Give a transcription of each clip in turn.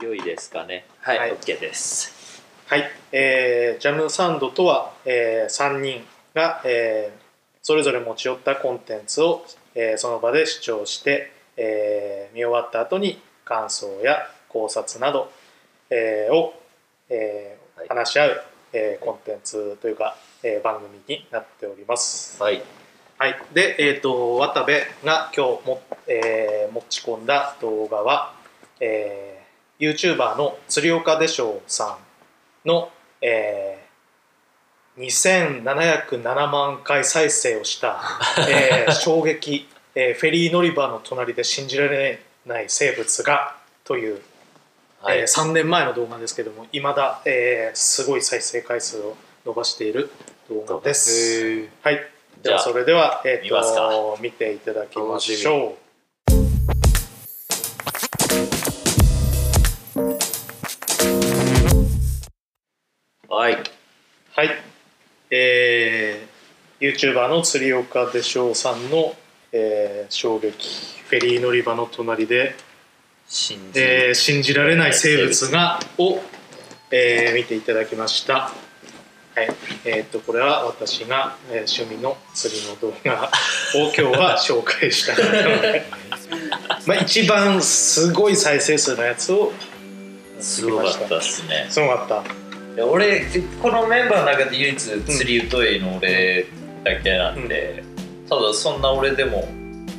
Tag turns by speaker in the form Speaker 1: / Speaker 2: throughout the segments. Speaker 1: 良いですかねはい、
Speaker 2: はい
Speaker 1: OK です
Speaker 2: はい、えージャムサンドとは、え3人が、えーそれぞれ持ち寄ったコンテンツを、えーその場で視聴して、えー見終わった後に感想や考察など、えーを、えー
Speaker 1: はい
Speaker 2: 話し合う、えーコンテンツというか、えー番組になっております。
Speaker 1: はい
Speaker 2: はい、で、えー、と渡部が今日も、えー持ち込んだ動画は、えー、YouTuber の釣岡でしょうさんの、えー、2707万回再生をした、えー衝撃、えーフェリー乗り場の隣で信じられない生物がという、
Speaker 1: はい、
Speaker 2: えー3年前の動画ですけどもいまだ、えーすごい再生回数を伸ばしている動画です。
Speaker 3: へ
Speaker 2: はい。じ
Speaker 1: じゃ
Speaker 2: ゃあ
Speaker 1: あ
Speaker 2: それでは、えっ
Speaker 1: 見ますか
Speaker 2: と見ていただきましょ
Speaker 1: はい、
Speaker 2: う。はい。えー、YouTuber の釣岡でしょうさんの、えー衝撃フェリー乗り場の隣で、
Speaker 1: 信じ
Speaker 2: えー信じられない生物がを、えー見ていただきました。はい。えっとこれは私が、えー趣味の釣りの動画 を今日は紹介したいと思います。まあ一番すごい再生数のやつを
Speaker 1: すごかったですね
Speaker 2: すごかった。
Speaker 1: いや俺このメンバーの中で唯一釣り疎いの俺だけなんで、ただそんな俺でも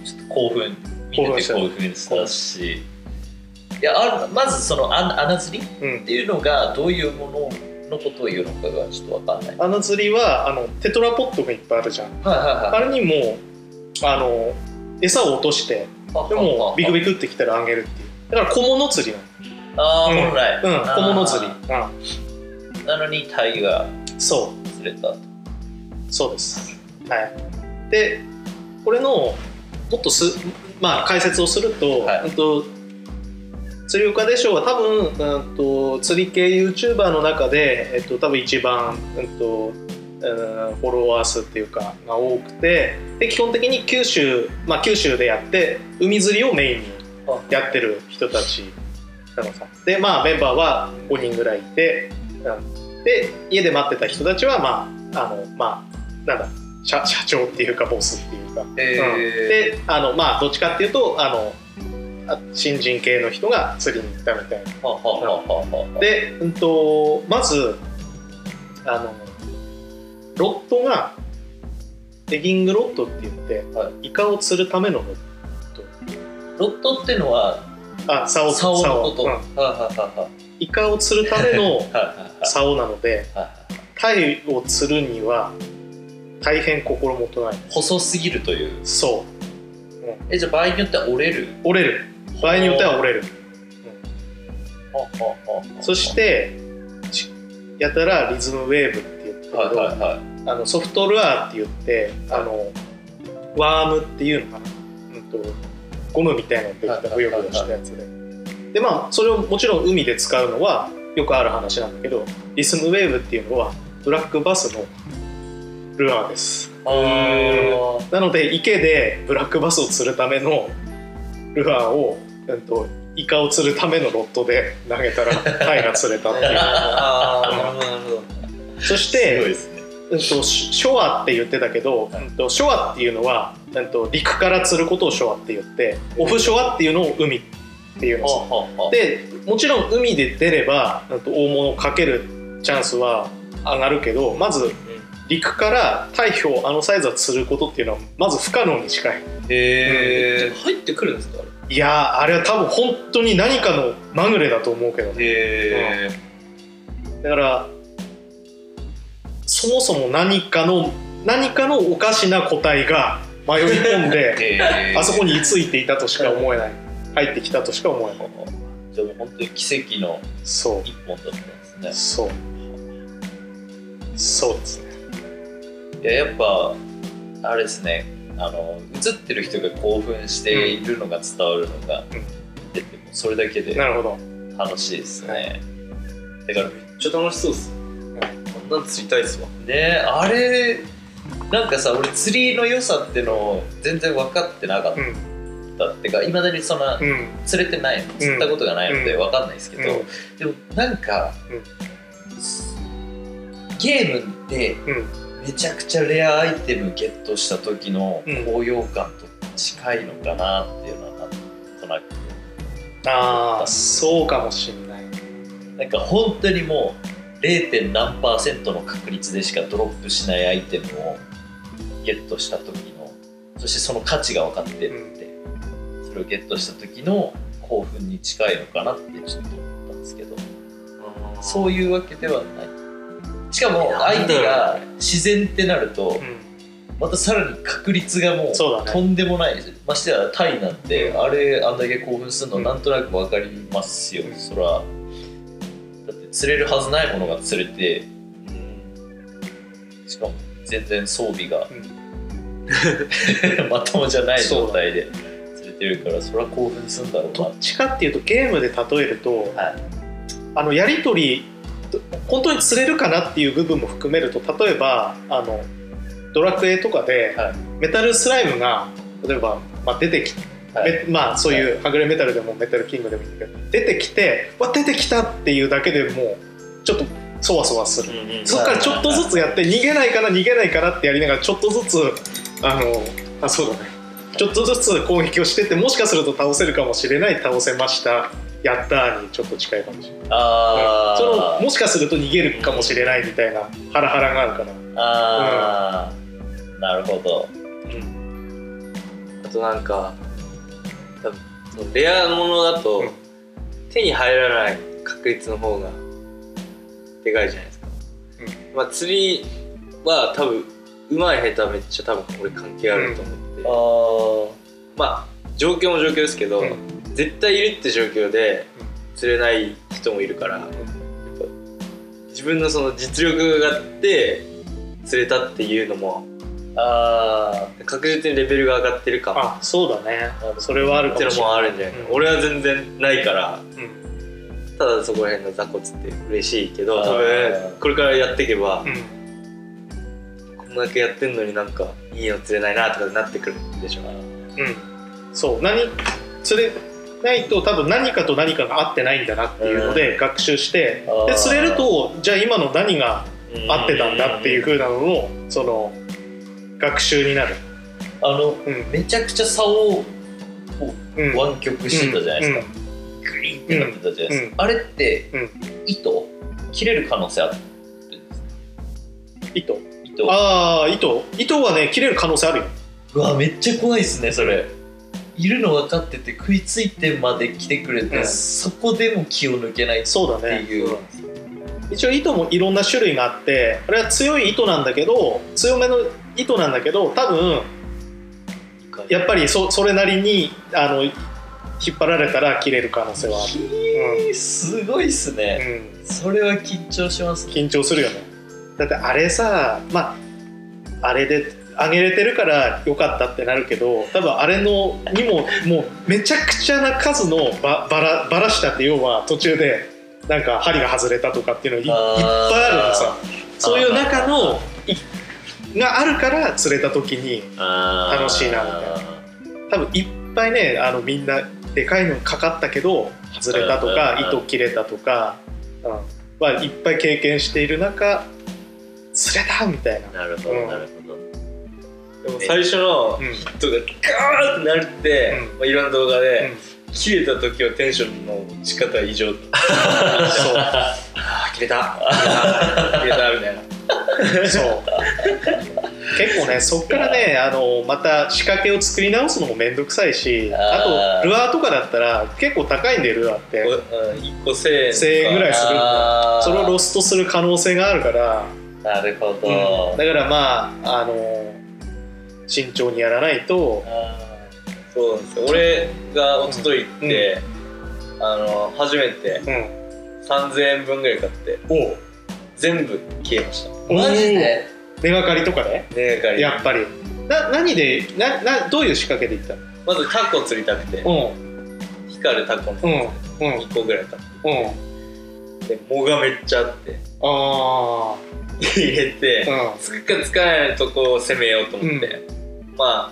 Speaker 1: ちょっと興奮見てて興奮したしいやあまずそのあ穴釣りっ
Speaker 2: うん
Speaker 1: ていうのがどういうもののことを言うのかがちょっと分かんない
Speaker 2: あの釣りはあのテトラポットがいっぱいあるじゃん
Speaker 1: はいはい
Speaker 2: あれにもあの餌を落として
Speaker 1: はい
Speaker 2: でもビク
Speaker 1: ク
Speaker 2: ビクってきたらあげるっていうだから小物釣り
Speaker 1: ああ
Speaker 2: うん
Speaker 1: 本来、
Speaker 2: なのうん小物釣り、
Speaker 1: あ
Speaker 2: う
Speaker 1: ーなのにタイが
Speaker 2: ん、そ
Speaker 1: 釣れたと
Speaker 2: うそうですはいでこれのもっとすまあ解説をすると,、
Speaker 1: はい
Speaker 2: うんと釣り岡でしょうは多分、うん、と釣り系 YouTuber の中で、えっと、多分一番、うんとうんフォロワー数っていうかが多くてで基本的に九州、まあ、九州でやって海釣りをメインにやってる人たちなのさでまあメンバーは5人ぐらいいて、うんで家で待ってた人たちはまああのまあなんだ社社長っていうかボスっていうか、
Speaker 1: え
Speaker 2: うんであのまあどっちかっていうとあのあ新人系の人が釣りに行ったみたいな。
Speaker 1: ははははは
Speaker 2: で、うん、とまずあのロットがデギングロットって言って、
Speaker 1: は
Speaker 2: イカを釣るためのロッ
Speaker 1: ロットっていうのは
Speaker 2: トあ竿
Speaker 1: 竿のこと、
Speaker 2: 竿
Speaker 1: は
Speaker 2: うん
Speaker 1: いはいはいはい
Speaker 2: イカを釣るため
Speaker 1: は
Speaker 2: の
Speaker 1: いはいはい
Speaker 2: 竿なので
Speaker 1: はいは
Speaker 2: タイを釣るには大変心もとない
Speaker 1: い細すぎるという
Speaker 2: そう
Speaker 1: えじゃあ場合によっては折れる
Speaker 2: 折れる場合によっては折れるそしてしやたらリズムウェーブって言ってるけど、
Speaker 1: はいはいはい
Speaker 2: あのソフトルアーって言ってあのワームっていうのかな、うん、とゴムみたいなのできた
Speaker 1: はい
Speaker 2: ブ
Speaker 1: はい
Speaker 2: ヨ
Speaker 1: はい
Speaker 2: ブヨしたやつででまあそれをもちろん海で使うのはよくある話なんだけどリスムウェーブっていうのはブラックバスのルアーです
Speaker 1: あー
Speaker 2: なので池でブラックバスを釣るためのルアーを、うん、とイカを釣るためのロットで投げたらタイが釣れたって い
Speaker 1: あーなるほどなるほど
Speaker 2: うそし
Speaker 1: す
Speaker 2: て
Speaker 1: ごいですね
Speaker 2: うんと、シショアって言ってたけど、
Speaker 1: はい
Speaker 2: うんと、ショアっていうのは、うんと、陸から釣ることをショアって言ってオフショアっていうのを海っていうのさ
Speaker 1: ははは
Speaker 2: でもちろん海で出れば、うんと、大物をかけるチャンスは上がるけどまず陸から太陽をあのサイズは釣ることっていうのはまず不可能に近い
Speaker 1: へ
Speaker 3: え入ってくるんですかあ
Speaker 2: いやーあれは多分本当に何かのまぐれだと思うけどね
Speaker 1: えへえ
Speaker 2: だからそもそも何かの何かのおかしな個体が迷い込んで あそこに居ついていたとしか思えない入ってきたとしか思えない
Speaker 1: じゃあもう本当に奇跡の
Speaker 2: そ
Speaker 1: 一本だったん
Speaker 2: う
Speaker 1: です
Speaker 2: そうそうですね
Speaker 1: ねいややっぱあれですねあの映ってる人が興奮しているのが伝わるのが出てもそれだけで
Speaker 2: なるほど
Speaker 1: 楽しいですねだから
Speaker 3: れめっちゃ楽しそうっすこんなん釣りたいっすわ
Speaker 1: ねあれなんかさ俺釣りの良さってのを全然分かってなかった
Speaker 2: うん
Speaker 1: ったっていうかいまだにそんな
Speaker 2: うん
Speaker 1: 釣れてないの釣ったことがないので
Speaker 2: うん
Speaker 1: わかんないですけど、
Speaker 2: う
Speaker 1: でもなんか、ゲームで
Speaker 2: うん
Speaker 1: めちゃくちゃレアアイテムゲットした時の
Speaker 2: うん
Speaker 1: 高揚感と近いのかなっていうのはなんとなく
Speaker 2: ああそうかもしんない
Speaker 1: なんか本当にもう 0. 何パーセントの確率でしかドロップしないアイテムをゲットした時のそしてその価値が分かってるって、それをゲットした時の興奮に近いのかなってちょっと思ったんですけどそういうわけではないしかも相手が自然ってなると
Speaker 2: うん
Speaker 1: またさらに確率がもう
Speaker 2: そうだね
Speaker 1: とんでもないですましてやタイなんて
Speaker 2: うん
Speaker 1: あれあんだけ興奮する
Speaker 2: う
Speaker 1: の
Speaker 2: ん
Speaker 1: なんとなく分かりますよ
Speaker 2: うん
Speaker 1: そらだって釣れるはずないものが釣れてしかも全然装備が まともじゃない状態で釣れてるからそら興奮するんだろうな
Speaker 2: どっちかっていうとゲームで例えると、
Speaker 1: はい
Speaker 2: あのやり取りと本当に釣れるかなっていう部分も含めると例えばあのドラクエとかで、
Speaker 1: はい
Speaker 2: メタルスライムが例えば、まあ、出てき
Speaker 1: はい
Speaker 2: めまあそういうはぐれメタルでもメタルキングでもいいんだけど出てきてわ出てきたっていうだけでもうちょっとそわそわする、そっからちょっとずつやって逃げないかな逃げないかなってやりながらちょっとずつあのあそうだねちょっとずつ攻撃をしてってもしかすると倒せるかもしれない倒せましたやったーにちょっと近いかもしれない
Speaker 1: あ
Speaker 2: その
Speaker 1: ー
Speaker 2: もしかすると逃げるかもしれないみたいなハラハラがあるから、
Speaker 1: あーなるほど
Speaker 3: あとなんか多分そのレアものだと、
Speaker 2: うん
Speaker 3: 手に入らない確率の方がでかいじゃないですか、まあ釣りは多分うまい下手はめっちゃ多分俺関係あると思って、
Speaker 1: あー
Speaker 3: まあ状況も状況ですけど、
Speaker 2: う
Speaker 3: 絶対いるって状況で
Speaker 2: うん
Speaker 3: 釣れない人もいるから、やっぱ自分のその実力があって釣れたっていうのも
Speaker 1: あ
Speaker 3: 確実にレベルが上がってるか
Speaker 2: あそうだねそれはある
Speaker 3: っ
Speaker 2: か
Speaker 3: て
Speaker 2: も
Speaker 3: の
Speaker 2: しれない
Speaker 3: もあるんじゃないかな、
Speaker 2: うん
Speaker 3: 俺は全然ないから
Speaker 2: うん
Speaker 3: ただそこら辺の雑魚釣って嬉しいけど
Speaker 1: あー
Speaker 3: 多分これからやっていけば、
Speaker 2: うん
Speaker 3: こんだけやってんのになんかいいの釣れないなとかなってくるんでしょうね
Speaker 2: うんそう何釣れないと多分何かと何かが合ってないんだなっていうので学習して、
Speaker 1: あー
Speaker 2: で釣れるとじゃあ今の何が合ってたんだっていう風なのをその学習になる、
Speaker 1: ーあの
Speaker 2: うん
Speaker 1: めちゃくちゃ竿を
Speaker 2: うん、
Speaker 1: 湾曲してたじゃないですか、グリーンってなってたじゃないですか、あれって、
Speaker 2: うん
Speaker 1: 糸切れる可能性あるんですか
Speaker 2: 糸
Speaker 1: 糸
Speaker 2: ああ糸糸はね切れる可能性あるよ
Speaker 1: うわめっちゃ怖いですねそれいるの分かってて食いついてまで来てくれて、
Speaker 2: うん
Speaker 1: そこでも気を抜けないっ
Speaker 2: そう
Speaker 1: て
Speaker 2: だね
Speaker 1: いう、
Speaker 2: 一応糸もいろんな種類があってあれは強い糸なんだけど強めの糸なんだけど多分やっぱりそそれなりにあの引っ張られたら切れる可能性はあ
Speaker 1: ひ
Speaker 2: る、
Speaker 1: ーすごいっす
Speaker 2: う
Speaker 1: ね、
Speaker 2: んうん、
Speaker 1: それは緊張しますね
Speaker 2: 緊張するよねだってあれさまああれで上げれてるから良かったってなるけど多分あれのにももうめちゃくちゃな数のばばらばらしたって要は途中でなんか針が外れたとかっていうのいいっ
Speaker 1: あー
Speaker 2: ぱいあるのさそういう中のいがあるから釣れた時にー楽しいなみた多分いっぱいねあのみんなでかいのかかったけど外れたと
Speaker 1: うんうん
Speaker 2: か
Speaker 1: うん
Speaker 2: 糸切れたとか、うんはいっぱい経験している中釣れたみたいな。
Speaker 1: なるほ
Speaker 2: う
Speaker 1: ど
Speaker 2: ん
Speaker 1: なるほど、
Speaker 3: でも最初の
Speaker 2: う ん
Speaker 3: ヒットがガーってなるって、
Speaker 2: うん
Speaker 3: まあ、いろんな動画で、
Speaker 2: う
Speaker 3: 切れた時はテンションの仕方異 常だ
Speaker 2: ん
Speaker 3: あ切 れた切れたみたいな
Speaker 2: そうそう結構ねそっからねあのまた仕掛けを作り直すのも面倒くさいし
Speaker 1: あ
Speaker 2: あ
Speaker 1: ー
Speaker 2: とルアーとかだったら結構高いんでルアーって
Speaker 3: 1個1000円
Speaker 2: 1000円ぐらいするんだ
Speaker 1: あー
Speaker 2: それをロストする可能性があるから、
Speaker 1: なるほど、
Speaker 2: うんだからまああの慎重にやらないと
Speaker 1: あ
Speaker 3: そうなんですよ俺が一昨日行って、あの初めて
Speaker 2: うん
Speaker 3: 3000円分ぐらい買って
Speaker 2: おう
Speaker 3: 全部消えました
Speaker 1: ーマジで
Speaker 2: 根がかりとかね
Speaker 3: 値がかり
Speaker 2: やっぱりな何でななどういう仕掛けでいった
Speaker 3: まずタコ釣りたくて
Speaker 2: の
Speaker 3: 光るタコの
Speaker 2: うんうんうん
Speaker 3: 1個ぐらい買
Speaker 2: うん
Speaker 3: ってで藻がめっちゃあって
Speaker 2: あ
Speaker 3: 入れて、
Speaker 2: あ
Speaker 3: つくかつかないとこを攻めようと思って、まあ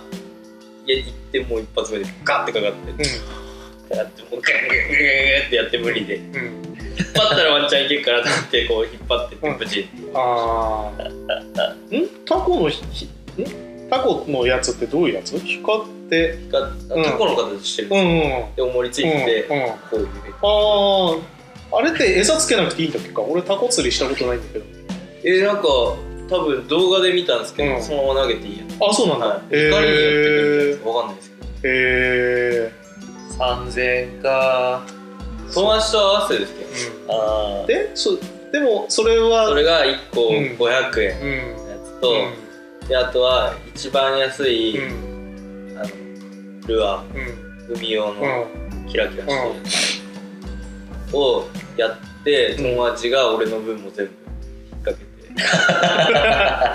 Speaker 1: 家行ってもう一発目でガッてかかってやってもうガンガンガンガンガンってやって無理で引っ
Speaker 2: うんうん
Speaker 1: 張ったらワンチャンいけるからと思ってこう引っ張ってって
Speaker 2: うん
Speaker 1: ブチッ
Speaker 2: ああんタコのひひんタコのやつってどういうやつ光って
Speaker 1: てか
Speaker 2: ん
Speaker 1: タコの形してる
Speaker 2: うんうん
Speaker 1: で重りつい
Speaker 2: うん
Speaker 1: て
Speaker 2: うん
Speaker 1: こういう
Speaker 2: あああれって餌つけなくていいんだっけか俺タコ釣りしたことないんだけど
Speaker 1: えなんか多分動画で見たんですけ
Speaker 2: う
Speaker 1: ど
Speaker 2: ん
Speaker 1: そのまま投げていいやつ
Speaker 2: あそうなん
Speaker 1: は
Speaker 2: だ
Speaker 1: い
Speaker 2: へ
Speaker 1: 光にやってくるや
Speaker 2: え
Speaker 1: つわかんないですけど
Speaker 2: へえ
Speaker 1: 3000か友達と合わせてですけどああ
Speaker 2: でそでもそれは
Speaker 1: それが1個
Speaker 2: うん
Speaker 1: 500円
Speaker 2: うん
Speaker 1: のやつと、であとは一番安い、
Speaker 2: うん
Speaker 1: あのルア
Speaker 2: うん
Speaker 1: ー海用
Speaker 2: う
Speaker 1: の
Speaker 2: ん
Speaker 1: キラキラしてるをやって友達が俺の分も全部引っ掛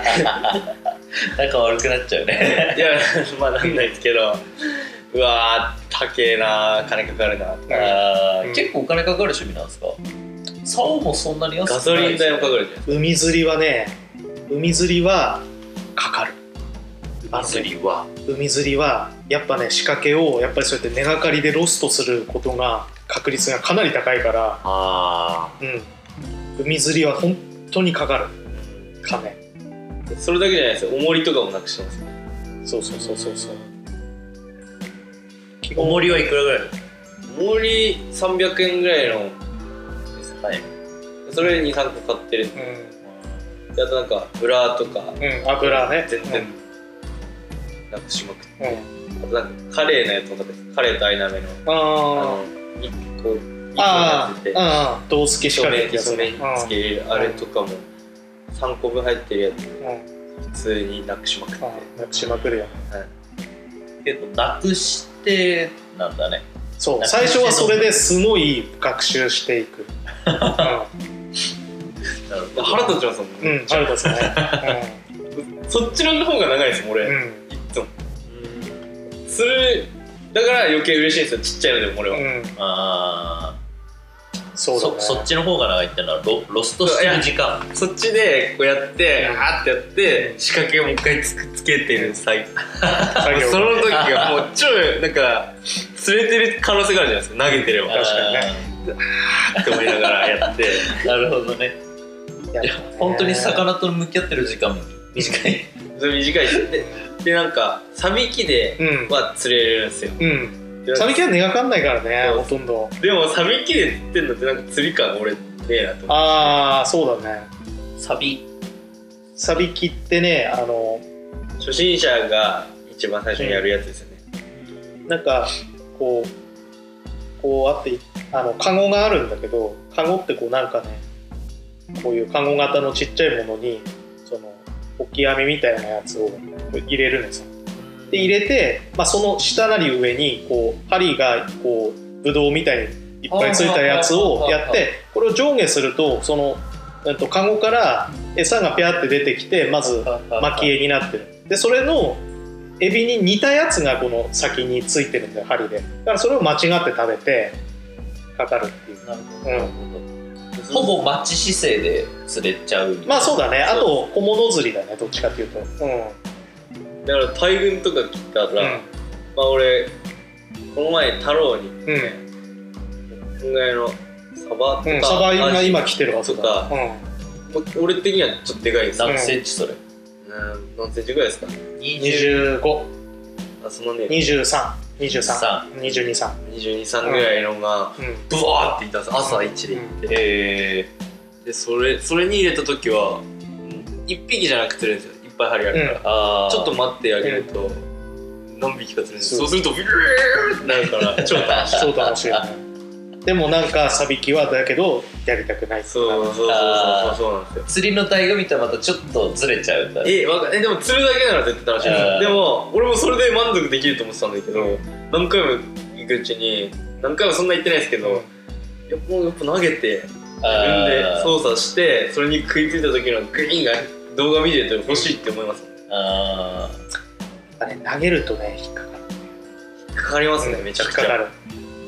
Speaker 1: けて仲悪くなっちゃうねい やまあなんないですけどうわー高えな金かかるなとか
Speaker 2: ーうん
Speaker 1: 結構お金かかる趣味なんですか竿もそんなに安ガソリン代もかかるじゃない
Speaker 2: 海釣りはね海釣りはかかるあのね
Speaker 1: リは
Speaker 2: 海釣りはやっぱね仕掛けをやっぱりそうやって根がかりでロストすることが確率がかなり高いから、
Speaker 3: あ
Speaker 2: うん、海釣りは本当にかかる金
Speaker 1: それだけじゃないですよ重りとかもなくしてます
Speaker 2: そうそうそうそうそう基
Speaker 1: 重りはいくらぐらい重り300円ぐらいのはいそれ23個買ってる
Speaker 2: う
Speaker 1: であとなんかブラとか
Speaker 2: ん、うん、油ね
Speaker 1: 全然なくしまくって
Speaker 2: うん、うん、
Speaker 1: あとなんかカレーのやつも買ってカレーとアイナメのあ
Speaker 2: あ
Speaker 1: の1個1個
Speaker 2: あ
Speaker 1: 入っ
Speaker 2: ー
Speaker 1: てて
Speaker 2: あー銅付けしか
Speaker 1: 照
Speaker 2: ね
Speaker 1: 明照明つけれるあれとかも3個分入ってるやつ普通になくしまくって
Speaker 2: なくしまくるよ
Speaker 1: 結構なくしてなんだね
Speaker 2: そう
Speaker 1: なくし
Speaker 2: 最初はそれですごい学習してい く、
Speaker 1: 腹立ちますもん
Speaker 2: うん、うん、あるですね、
Speaker 1: そっちの方が長いですもん俺
Speaker 2: うん、
Speaker 1: いつもするだから余計嬉しいんですよちっちゃいのでも俺は、
Speaker 2: うん、うん、
Speaker 1: あ
Speaker 2: そうだね
Speaker 1: ちの方が長いってのはロロスト
Speaker 3: してる
Speaker 1: 時間
Speaker 3: あそっちでこうやって
Speaker 2: うん
Speaker 3: あーってやって仕掛けをもう一回つくつけてる最
Speaker 2: 作業
Speaker 3: その時がもう超なんか釣れてる可能性があるじゃないですか投げてれば
Speaker 2: 確かにね
Speaker 3: って思いながらやって
Speaker 1: なるほどね
Speaker 2: やる
Speaker 1: 本当に魚と向き合ってる時間も短い
Speaker 3: それ短いしででなんかサビキで
Speaker 2: うん
Speaker 3: は釣れるんですよ
Speaker 2: うん
Speaker 3: で
Speaker 2: サビキは根がかんないからね
Speaker 3: そ
Speaker 2: ほ
Speaker 3: う
Speaker 2: とんど
Speaker 3: でもサビキで釣ってんのってなんか釣り感俺ねえなと思っ
Speaker 2: ああそうだね
Speaker 1: サビ
Speaker 2: サビキってねあの
Speaker 3: て初心者が一番最初にやるやつですよね、
Speaker 2: なんかこうこうあってあのカゴがあるんだけどカゴってこうなんかねこういうカゴ型のちっちゃいものにその置き網みたいなやつを入れるんですよで入れて、まあ、その下なり上にこう針がこうブドウみたいにいっぱいついたやつ
Speaker 1: はいは
Speaker 2: をやっ
Speaker 1: いはいはい
Speaker 2: てこれを上下するとその、うん、とカゴから餌がピャーって出てきてまず巻き絵になってるでそれのエビに似たやつがこの先についてるんだよ針でだからそれを間違って食べてかかるっていう
Speaker 1: なるほどなるほどほぼマッチ姿勢で釣れちゃう
Speaker 2: まあそうだねあ
Speaker 1: そう
Speaker 2: と小物釣りだねどっちかっていうとうん、うん、
Speaker 3: だから大群とか来たら、まあ俺この前太郎に行って、今回のサバとか、
Speaker 2: うん、サバが今来てるは
Speaker 3: わ
Speaker 2: ず
Speaker 3: と
Speaker 2: だ
Speaker 3: か
Speaker 2: うん
Speaker 3: 俺的にはちょっとでかいです
Speaker 1: 何センチそれ
Speaker 3: うん何センチぐらいですか
Speaker 2: 252323
Speaker 3: あそのね
Speaker 1: 23
Speaker 2: 2223
Speaker 3: 223ぐらいのが
Speaker 2: うん
Speaker 3: ブワーっていたんです朝1で行って、
Speaker 1: え
Speaker 3: でそれそれに入れた時は1匹じゃなく釣れるんですよいっぱい針あるから、
Speaker 1: ー、あー
Speaker 3: ちょっと待ってあげると、何匹か釣れるんで
Speaker 2: そ
Speaker 3: すそううするとビューってなる から超楽しい
Speaker 2: そう楽しいよねでもなんかサビキはだけどやりたくない
Speaker 3: そうそうそうそう
Speaker 1: あー
Speaker 3: そうなんですよ
Speaker 1: 釣りの醍醐味とはまたちょっとずれちゃうんだね
Speaker 3: えわかえでも釣るだけなら絶対楽しいです
Speaker 1: あー
Speaker 3: でも俺もそれで満足できると思ってたんだけど、何回も行くうちに何回もそんな言ってないですけど、やっぱやっぱ投げて自分で操作してそれに食いついた時のグリーンが動画見てると欲しいって思いますもんね
Speaker 1: あ
Speaker 2: あれ投げるとね引っかかる
Speaker 3: かかりますねめちゃくち
Speaker 2: 引っかか
Speaker 3: ゃ
Speaker 2: る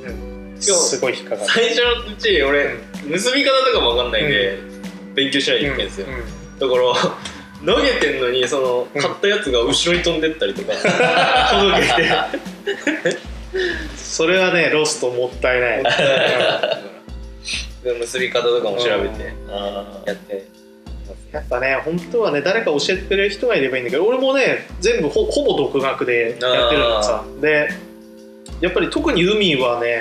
Speaker 2: うんすごい引っかかる
Speaker 3: 最初のうち俺結び方とかも分かんないんで勉強しないといけないんですよ
Speaker 2: うん
Speaker 3: だから投げてんのにその買ったやつが後ろに飛んでったりとか 届けて
Speaker 2: それはねロストもったいない
Speaker 3: で結び方とかも調べて
Speaker 1: あ
Speaker 3: やって
Speaker 2: やっぱね本当はね誰か教えてくれる人がいればいいんだけど俺もね全部ほほぼ独学でやってるのさでやっぱり特に海はね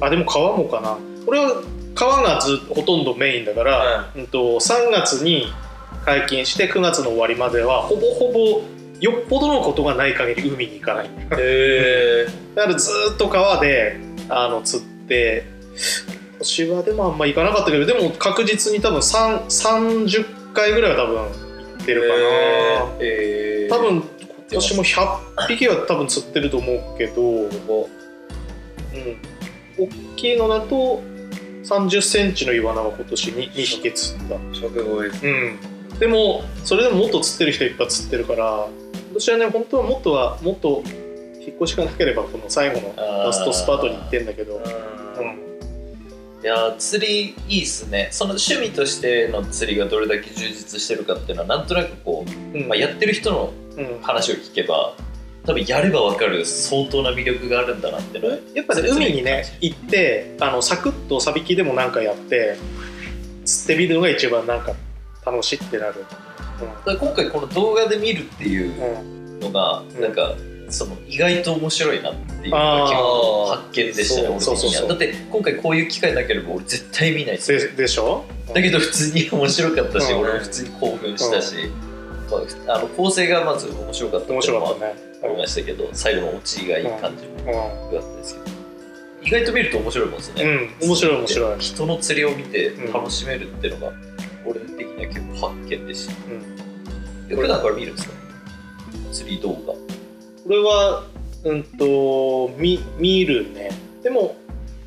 Speaker 2: あでも川もかな俺は川がずほとんどメインだから、うんと3月に解禁して9月の終わりまではほぼほぼよっぽどのことがない限り海に行かない
Speaker 3: へえ
Speaker 2: だからずーっと川であの釣って今年はでもあんま行かなかったけどでも確実に多分3 30回ぐらいは多分行ってるかな、
Speaker 3: え
Speaker 2: 多分今年も100匹は多分釣ってると思うけど、うん、大きいのだと3 0ンチのイワナは今年に2匹釣った、
Speaker 3: 食後です
Speaker 2: うん、でもそれでももっと釣ってる人いっぱい釣ってるから今年はね本当はもっとはもっと引っ越しがなければこの最後のラストスパートに行ってんだけど、うん
Speaker 1: いやー釣りいいっすねその趣味としての釣りがどれだけ充実してるかっていうのはなんとなくこ
Speaker 2: う
Speaker 1: う、
Speaker 2: ん
Speaker 1: まあ、やってる人の
Speaker 2: うん
Speaker 1: 話を聞けば多分やれば分かる相当な魅力があるんだなってのは
Speaker 2: やっぱね海にね行ってあのサクッとサビキでもなんかやって釣ってみるのが一番なんか楽しいってなる、
Speaker 1: だから今回この動画で見るっていう
Speaker 2: うんうん
Speaker 1: のが、
Speaker 2: ん
Speaker 1: なんかその意外と面白いなっていうのが結構発見でしたね
Speaker 2: あ
Speaker 1: 俺的に
Speaker 2: ー
Speaker 1: は
Speaker 2: そうそうそう
Speaker 1: だって今回こういう機会なければ俺絶対見ないですよ
Speaker 2: ででしょ
Speaker 1: だけど普通に面白かったし、
Speaker 2: うん
Speaker 1: 俺も普通に興奮したし、まあ、あの構成がまず面白かった
Speaker 2: 面
Speaker 1: っていう
Speaker 2: 白
Speaker 1: の
Speaker 2: か
Speaker 1: も
Speaker 2: ったね、
Speaker 1: ありましたけど最後のオチがいい感じも良かったですけど、意外と見ると面白いもんです
Speaker 2: うん
Speaker 1: ね、
Speaker 2: うん、面白い面白い、うん
Speaker 1: 人の釣りを見て
Speaker 2: うん
Speaker 1: 楽しめるっていうのが、俺的には結構発見でしたこれなんか見るんですか釣り動画
Speaker 2: これはうんと見見るねでも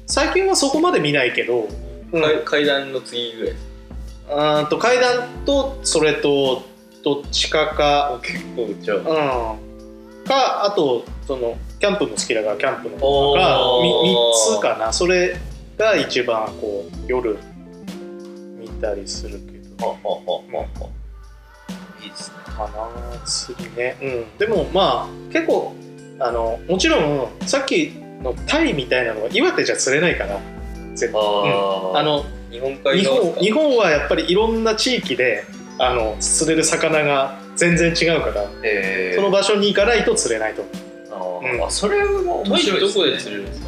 Speaker 2: 最近はそこまで見ないけど、うん
Speaker 3: 階階段の次ぐらいです
Speaker 2: あーと階段とそれとどっちかか
Speaker 3: あ結構じゃあ
Speaker 2: うん、かあとそのキャンプも好きだからキャンプの
Speaker 1: お
Speaker 2: が
Speaker 1: ー
Speaker 2: 3つかなそれが一番こう夜見たりするけど
Speaker 1: はははは。いいですね。
Speaker 2: かな釣りね、うん、でもまあ結構あのもちろんさっきのタイみたいなのは岩手じゃ釣れないから
Speaker 1: あー
Speaker 2: あ、の
Speaker 3: 日本海
Speaker 2: 日
Speaker 3: 側で
Speaker 2: 本
Speaker 3: すか
Speaker 2: 日本はやっぱりいろんな地域であの釣れる魚が全然違うから、
Speaker 1: えー、
Speaker 2: その場所に行かないと釣れないと思う
Speaker 1: あー、
Speaker 2: うん
Speaker 1: あそれも面
Speaker 3: タイ
Speaker 1: 白い
Speaker 3: どこで
Speaker 1: ね。
Speaker 3: 釣れるんですか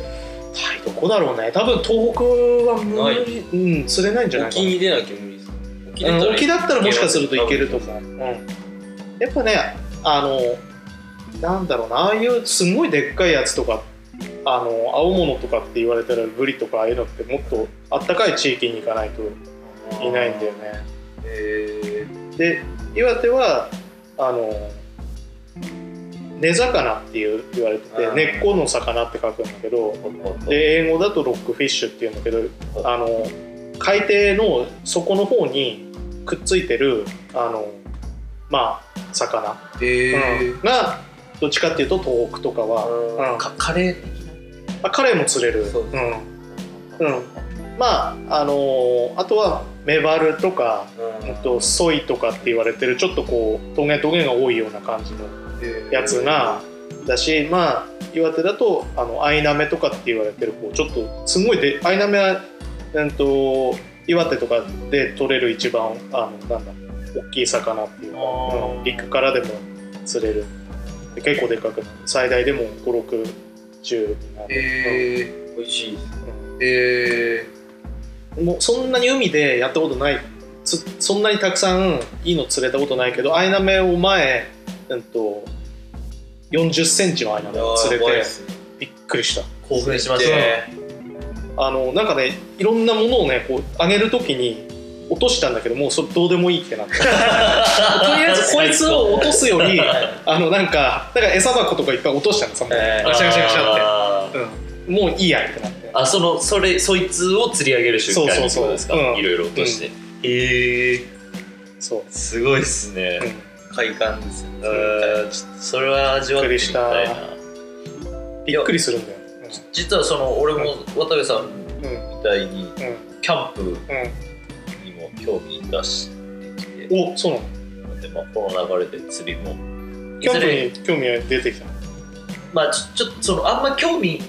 Speaker 2: タイどこだろうね多分東北は無理うん釣れないんじゃないか
Speaker 3: 沖に出なきゃ無理ですか沖
Speaker 2: な、うん、沖
Speaker 3: だ
Speaker 2: だったらもしかするといけると思う、うん、やっぱねあのなんだろうなああいうすごいでっかいやつとかあの青物とかって言われたらブリとかああいうのってもっとあったかい地域に行かないといないんだよね
Speaker 1: え
Speaker 2: で岩手はあの根魚っていう言われてて
Speaker 3: うん
Speaker 2: 根っこの魚って書くんだけど
Speaker 1: ー、
Speaker 2: で英語だとロックフィッシュっていうんだけどあの海底の底の方にくっついてるあのまあ魚、
Speaker 1: え
Speaker 2: うんがどっちかっていうと東北とかは、うん
Speaker 1: ー、かカレー的
Speaker 2: あカレイも釣れる
Speaker 3: そうで
Speaker 2: うんうんまああのーあとはメバルとか、うんとソイとかって言われてるちょっとこうトゲトゲが多いような感じのやつがだしまあ岩手だとあのアイナメとかって言われてるこうちょっとすごいでアイナメは、うん、と岩手とかで取れる一番あのなんだ大きい魚っていうか、
Speaker 1: あー
Speaker 2: うん陸からでも釣れるで結構でかくなる最大でも5610になる、
Speaker 1: え
Speaker 3: 美味しいです
Speaker 1: ー、え
Speaker 2: うんもうそんなに海でやったことないつそんなにたくさんいいの釣れたことないけどアイナメを前、うん、と40センチのアイナメを釣れて。びっくりした
Speaker 1: ー、興奮しましたね。
Speaker 2: あのなんかねいろんなものをねこう上げるときに落としたんだけどもうそれどうでもいいっ てなってとりあえずこいつを落とすより あのなんかだから餌箱とかいっぱい落としたのさもう、
Speaker 3: えー
Speaker 2: ガシャガシャガシャっ
Speaker 1: あー
Speaker 2: て、うん、もういいやってなって
Speaker 1: あ、そのそれそいつを釣り上げる瞬間に
Speaker 2: そう
Speaker 1: って
Speaker 2: そうそう
Speaker 1: ことですか。
Speaker 2: うん
Speaker 1: いろいろ落として。えー、
Speaker 2: そう、
Speaker 1: すごいっすね。
Speaker 2: うん
Speaker 3: 快感ですよね
Speaker 1: えーちょっとそれは味わってみたい
Speaker 2: びっく
Speaker 1: な。
Speaker 2: びっくりするんだよ
Speaker 1: 実はその俺も渡部さんみ
Speaker 2: うんうん
Speaker 1: たいにキャンプ
Speaker 2: う
Speaker 1: にも興味出してきて
Speaker 2: んうんおそうなの
Speaker 1: で、まあ、この流れで釣りもい
Speaker 2: 興
Speaker 1: ずれ
Speaker 2: 味興味が出てきたの
Speaker 1: まあ、ちょちょっとそのあんま興味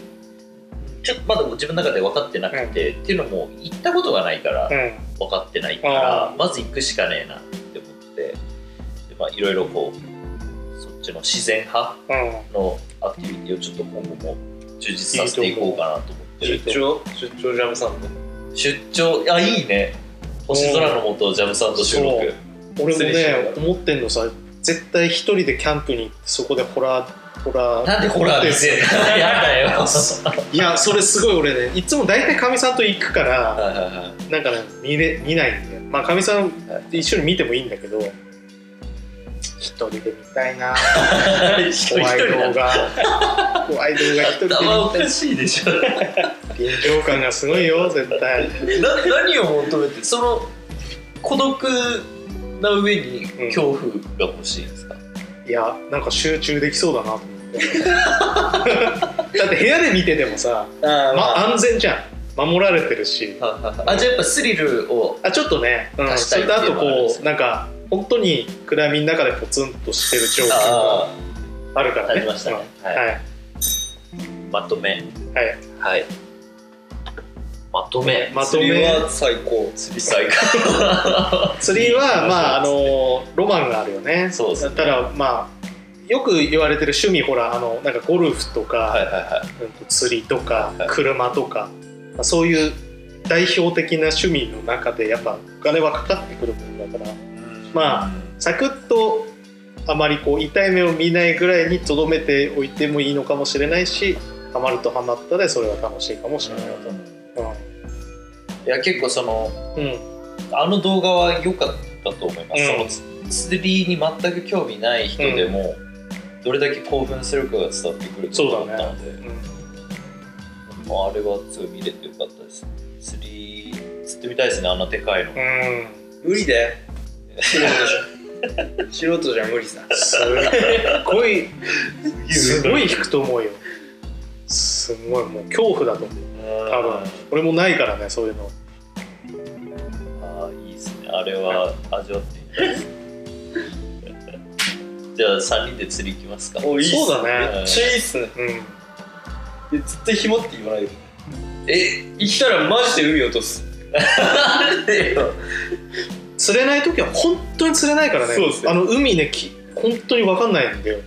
Speaker 1: ちょっとまだ自分の中で分かってなくて、っていうのも行ったことがないから
Speaker 2: うん
Speaker 1: 分かってないから、
Speaker 2: あー
Speaker 1: まず行くしかねえなって思ってでまあいろいろこうそっちの自然派
Speaker 2: うん
Speaker 1: のアクティビティをちょっと今後も充実させていこうかなと思って
Speaker 3: 出
Speaker 1: る
Speaker 3: 張出張ジャムサンド
Speaker 1: 出張あいいね星空の下ジャムさんと収
Speaker 2: そ
Speaker 1: 録
Speaker 2: う俺も
Speaker 3: 失礼し
Speaker 2: ね
Speaker 3: ま
Speaker 2: 思ってんのさ絶対一人でキャンプに行ってそこでホラーホラー
Speaker 1: なんでホラー見せる やだよはい
Speaker 2: やそれすごい俺ねいつも大体かみさんと行くから、
Speaker 1: いはいはい
Speaker 2: なんかね見れ見ないんでまあかみさん一緒に見てもいいんだけど一人で見たいな怖い動画怖い動画一人で
Speaker 1: 頭おかしいでしょ
Speaker 2: 臨場感がすごいよ絶対
Speaker 1: な何を求めてその孤独な上に恐怖が欲しいんですか、
Speaker 2: いやなんか集中できそうだなと思って だって部屋で見ててもさ、
Speaker 1: あ
Speaker 2: ま、安全じゃん守られてるし
Speaker 1: あ、はいはいあじゃあやっぱスリルを
Speaker 2: あちょっとね、うん、
Speaker 1: 足し
Speaker 2: そ
Speaker 1: たい
Speaker 2: れ
Speaker 1: って
Speaker 2: と
Speaker 1: いう
Speaker 2: あと
Speaker 1: のもあるんですよ
Speaker 2: こうなんか本当に暗闇の中でポツンとしてる状況が
Speaker 1: あ
Speaker 2: あるか
Speaker 1: あ
Speaker 2: ら
Speaker 1: あ
Speaker 2: ね
Speaker 1: りましたね、
Speaker 2: うん
Speaker 1: はい
Speaker 2: はい
Speaker 1: まとめ
Speaker 2: はい
Speaker 1: はいまとめ
Speaker 2: まと
Speaker 3: 釣り
Speaker 2: め
Speaker 3: は最高釣り
Speaker 1: 最高
Speaker 2: 釣りはまああ
Speaker 1: そう
Speaker 2: のロマンがあるよね
Speaker 1: そうですね
Speaker 2: ただまあよく言われてる趣味ほらあのなんかゴルフとか、
Speaker 1: はいはいはい
Speaker 2: うんと釣りとか
Speaker 1: はい
Speaker 2: 車とか、まあそういう代表的な趣味の中でやっぱお金はかかってくるものだからまあサクッとあまりこう痛い目を見ないぐらいにとどめておいてもいいのかもしれないしハマるとハマったでそれは楽しいかもしれないと、
Speaker 1: いや結構その
Speaker 2: うんうん
Speaker 1: あの動画は良かったと思います、
Speaker 2: うん
Speaker 1: そのつ釣りに全く興味ない人でも、どれだけ興奮するかが伝わってくると思ったので、もうあれはすごい見れてよかったです釣り釣ってみたいですねあんなでかいの
Speaker 2: うん
Speaker 3: 無理だよ素人じゃん 素人じゃ無理さ
Speaker 2: すごいすごい引くと思うよすごいもう恐怖だと思う多分俺もないからねそういうの
Speaker 1: ああいいですねあれは味わってみたいです じゃあ3人で釣り行きますか
Speaker 3: おいいっすね
Speaker 2: そうだね
Speaker 3: めっちゃいいっすね
Speaker 2: うん
Speaker 3: で絶対紐って言わないで
Speaker 1: え
Speaker 3: 行ったらマジで海落とす
Speaker 1: なんでよ
Speaker 2: 釣れない時は本当に釣れないからね
Speaker 3: そうですね
Speaker 2: あの海ねき本当に分かんないんだよ、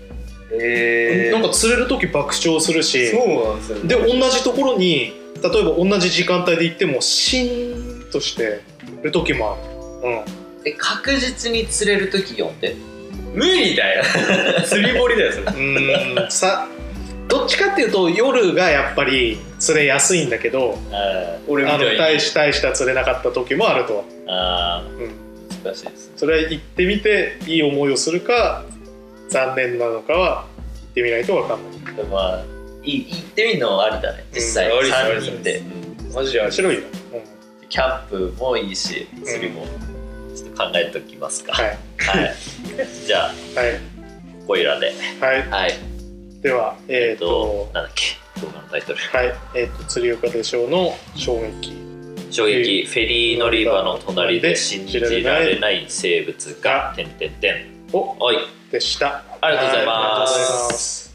Speaker 1: え
Speaker 2: なんか釣れる時爆笑するし
Speaker 3: そうなんですよね
Speaker 2: で同じところに例えば同じ時間帯で行ってもシーンとしてる時もある、
Speaker 1: え確実に釣れる時4点
Speaker 3: 無理だよ 釣り堀だよそれ
Speaker 2: うん、うーんさどっちかっていうと夜がやっぱり釣れやすいんだけど
Speaker 1: あ
Speaker 3: 俺み
Speaker 2: あの
Speaker 3: たいに
Speaker 2: 大し大した釣れなかった時もあると、
Speaker 1: ーあ
Speaker 2: うん、
Speaker 1: ー難しいですね
Speaker 2: それは行ってみていい思いをするか残念なのかは行ってみないと分かんない
Speaker 1: でもまあいい行ってみるのはありだね実際
Speaker 3: うんありです
Speaker 1: 3人で
Speaker 3: マジであ
Speaker 2: 面
Speaker 3: れ
Speaker 2: 白いよ、うん、
Speaker 1: キャンプもいいし釣りもちょっと考えておきますか、
Speaker 2: はい
Speaker 1: はい、じゃあ
Speaker 2: はい、
Speaker 1: こいらで
Speaker 2: はい、
Speaker 1: はい
Speaker 2: では、え
Speaker 1: え
Speaker 2: っ、
Speaker 1: っと
Speaker 2: と、
Speaker 1: なんだっけ動画のタイトル
Speaker 2: はい、えっ、と、釣り岡でしょうの衝撃。
Speaker 1: 「衝撃フェリー乗り場の隣で信じられない生物が」てんてんてん
Speaker 2: お、
Speaker 1: おい
Speaker 2: でした。
Speaker 1: ありがとうござい
Speaker 2: はありが
Speaker 1: ま
Speaker 2: とうござい
Speaker 1: す
Speaker 2: ます。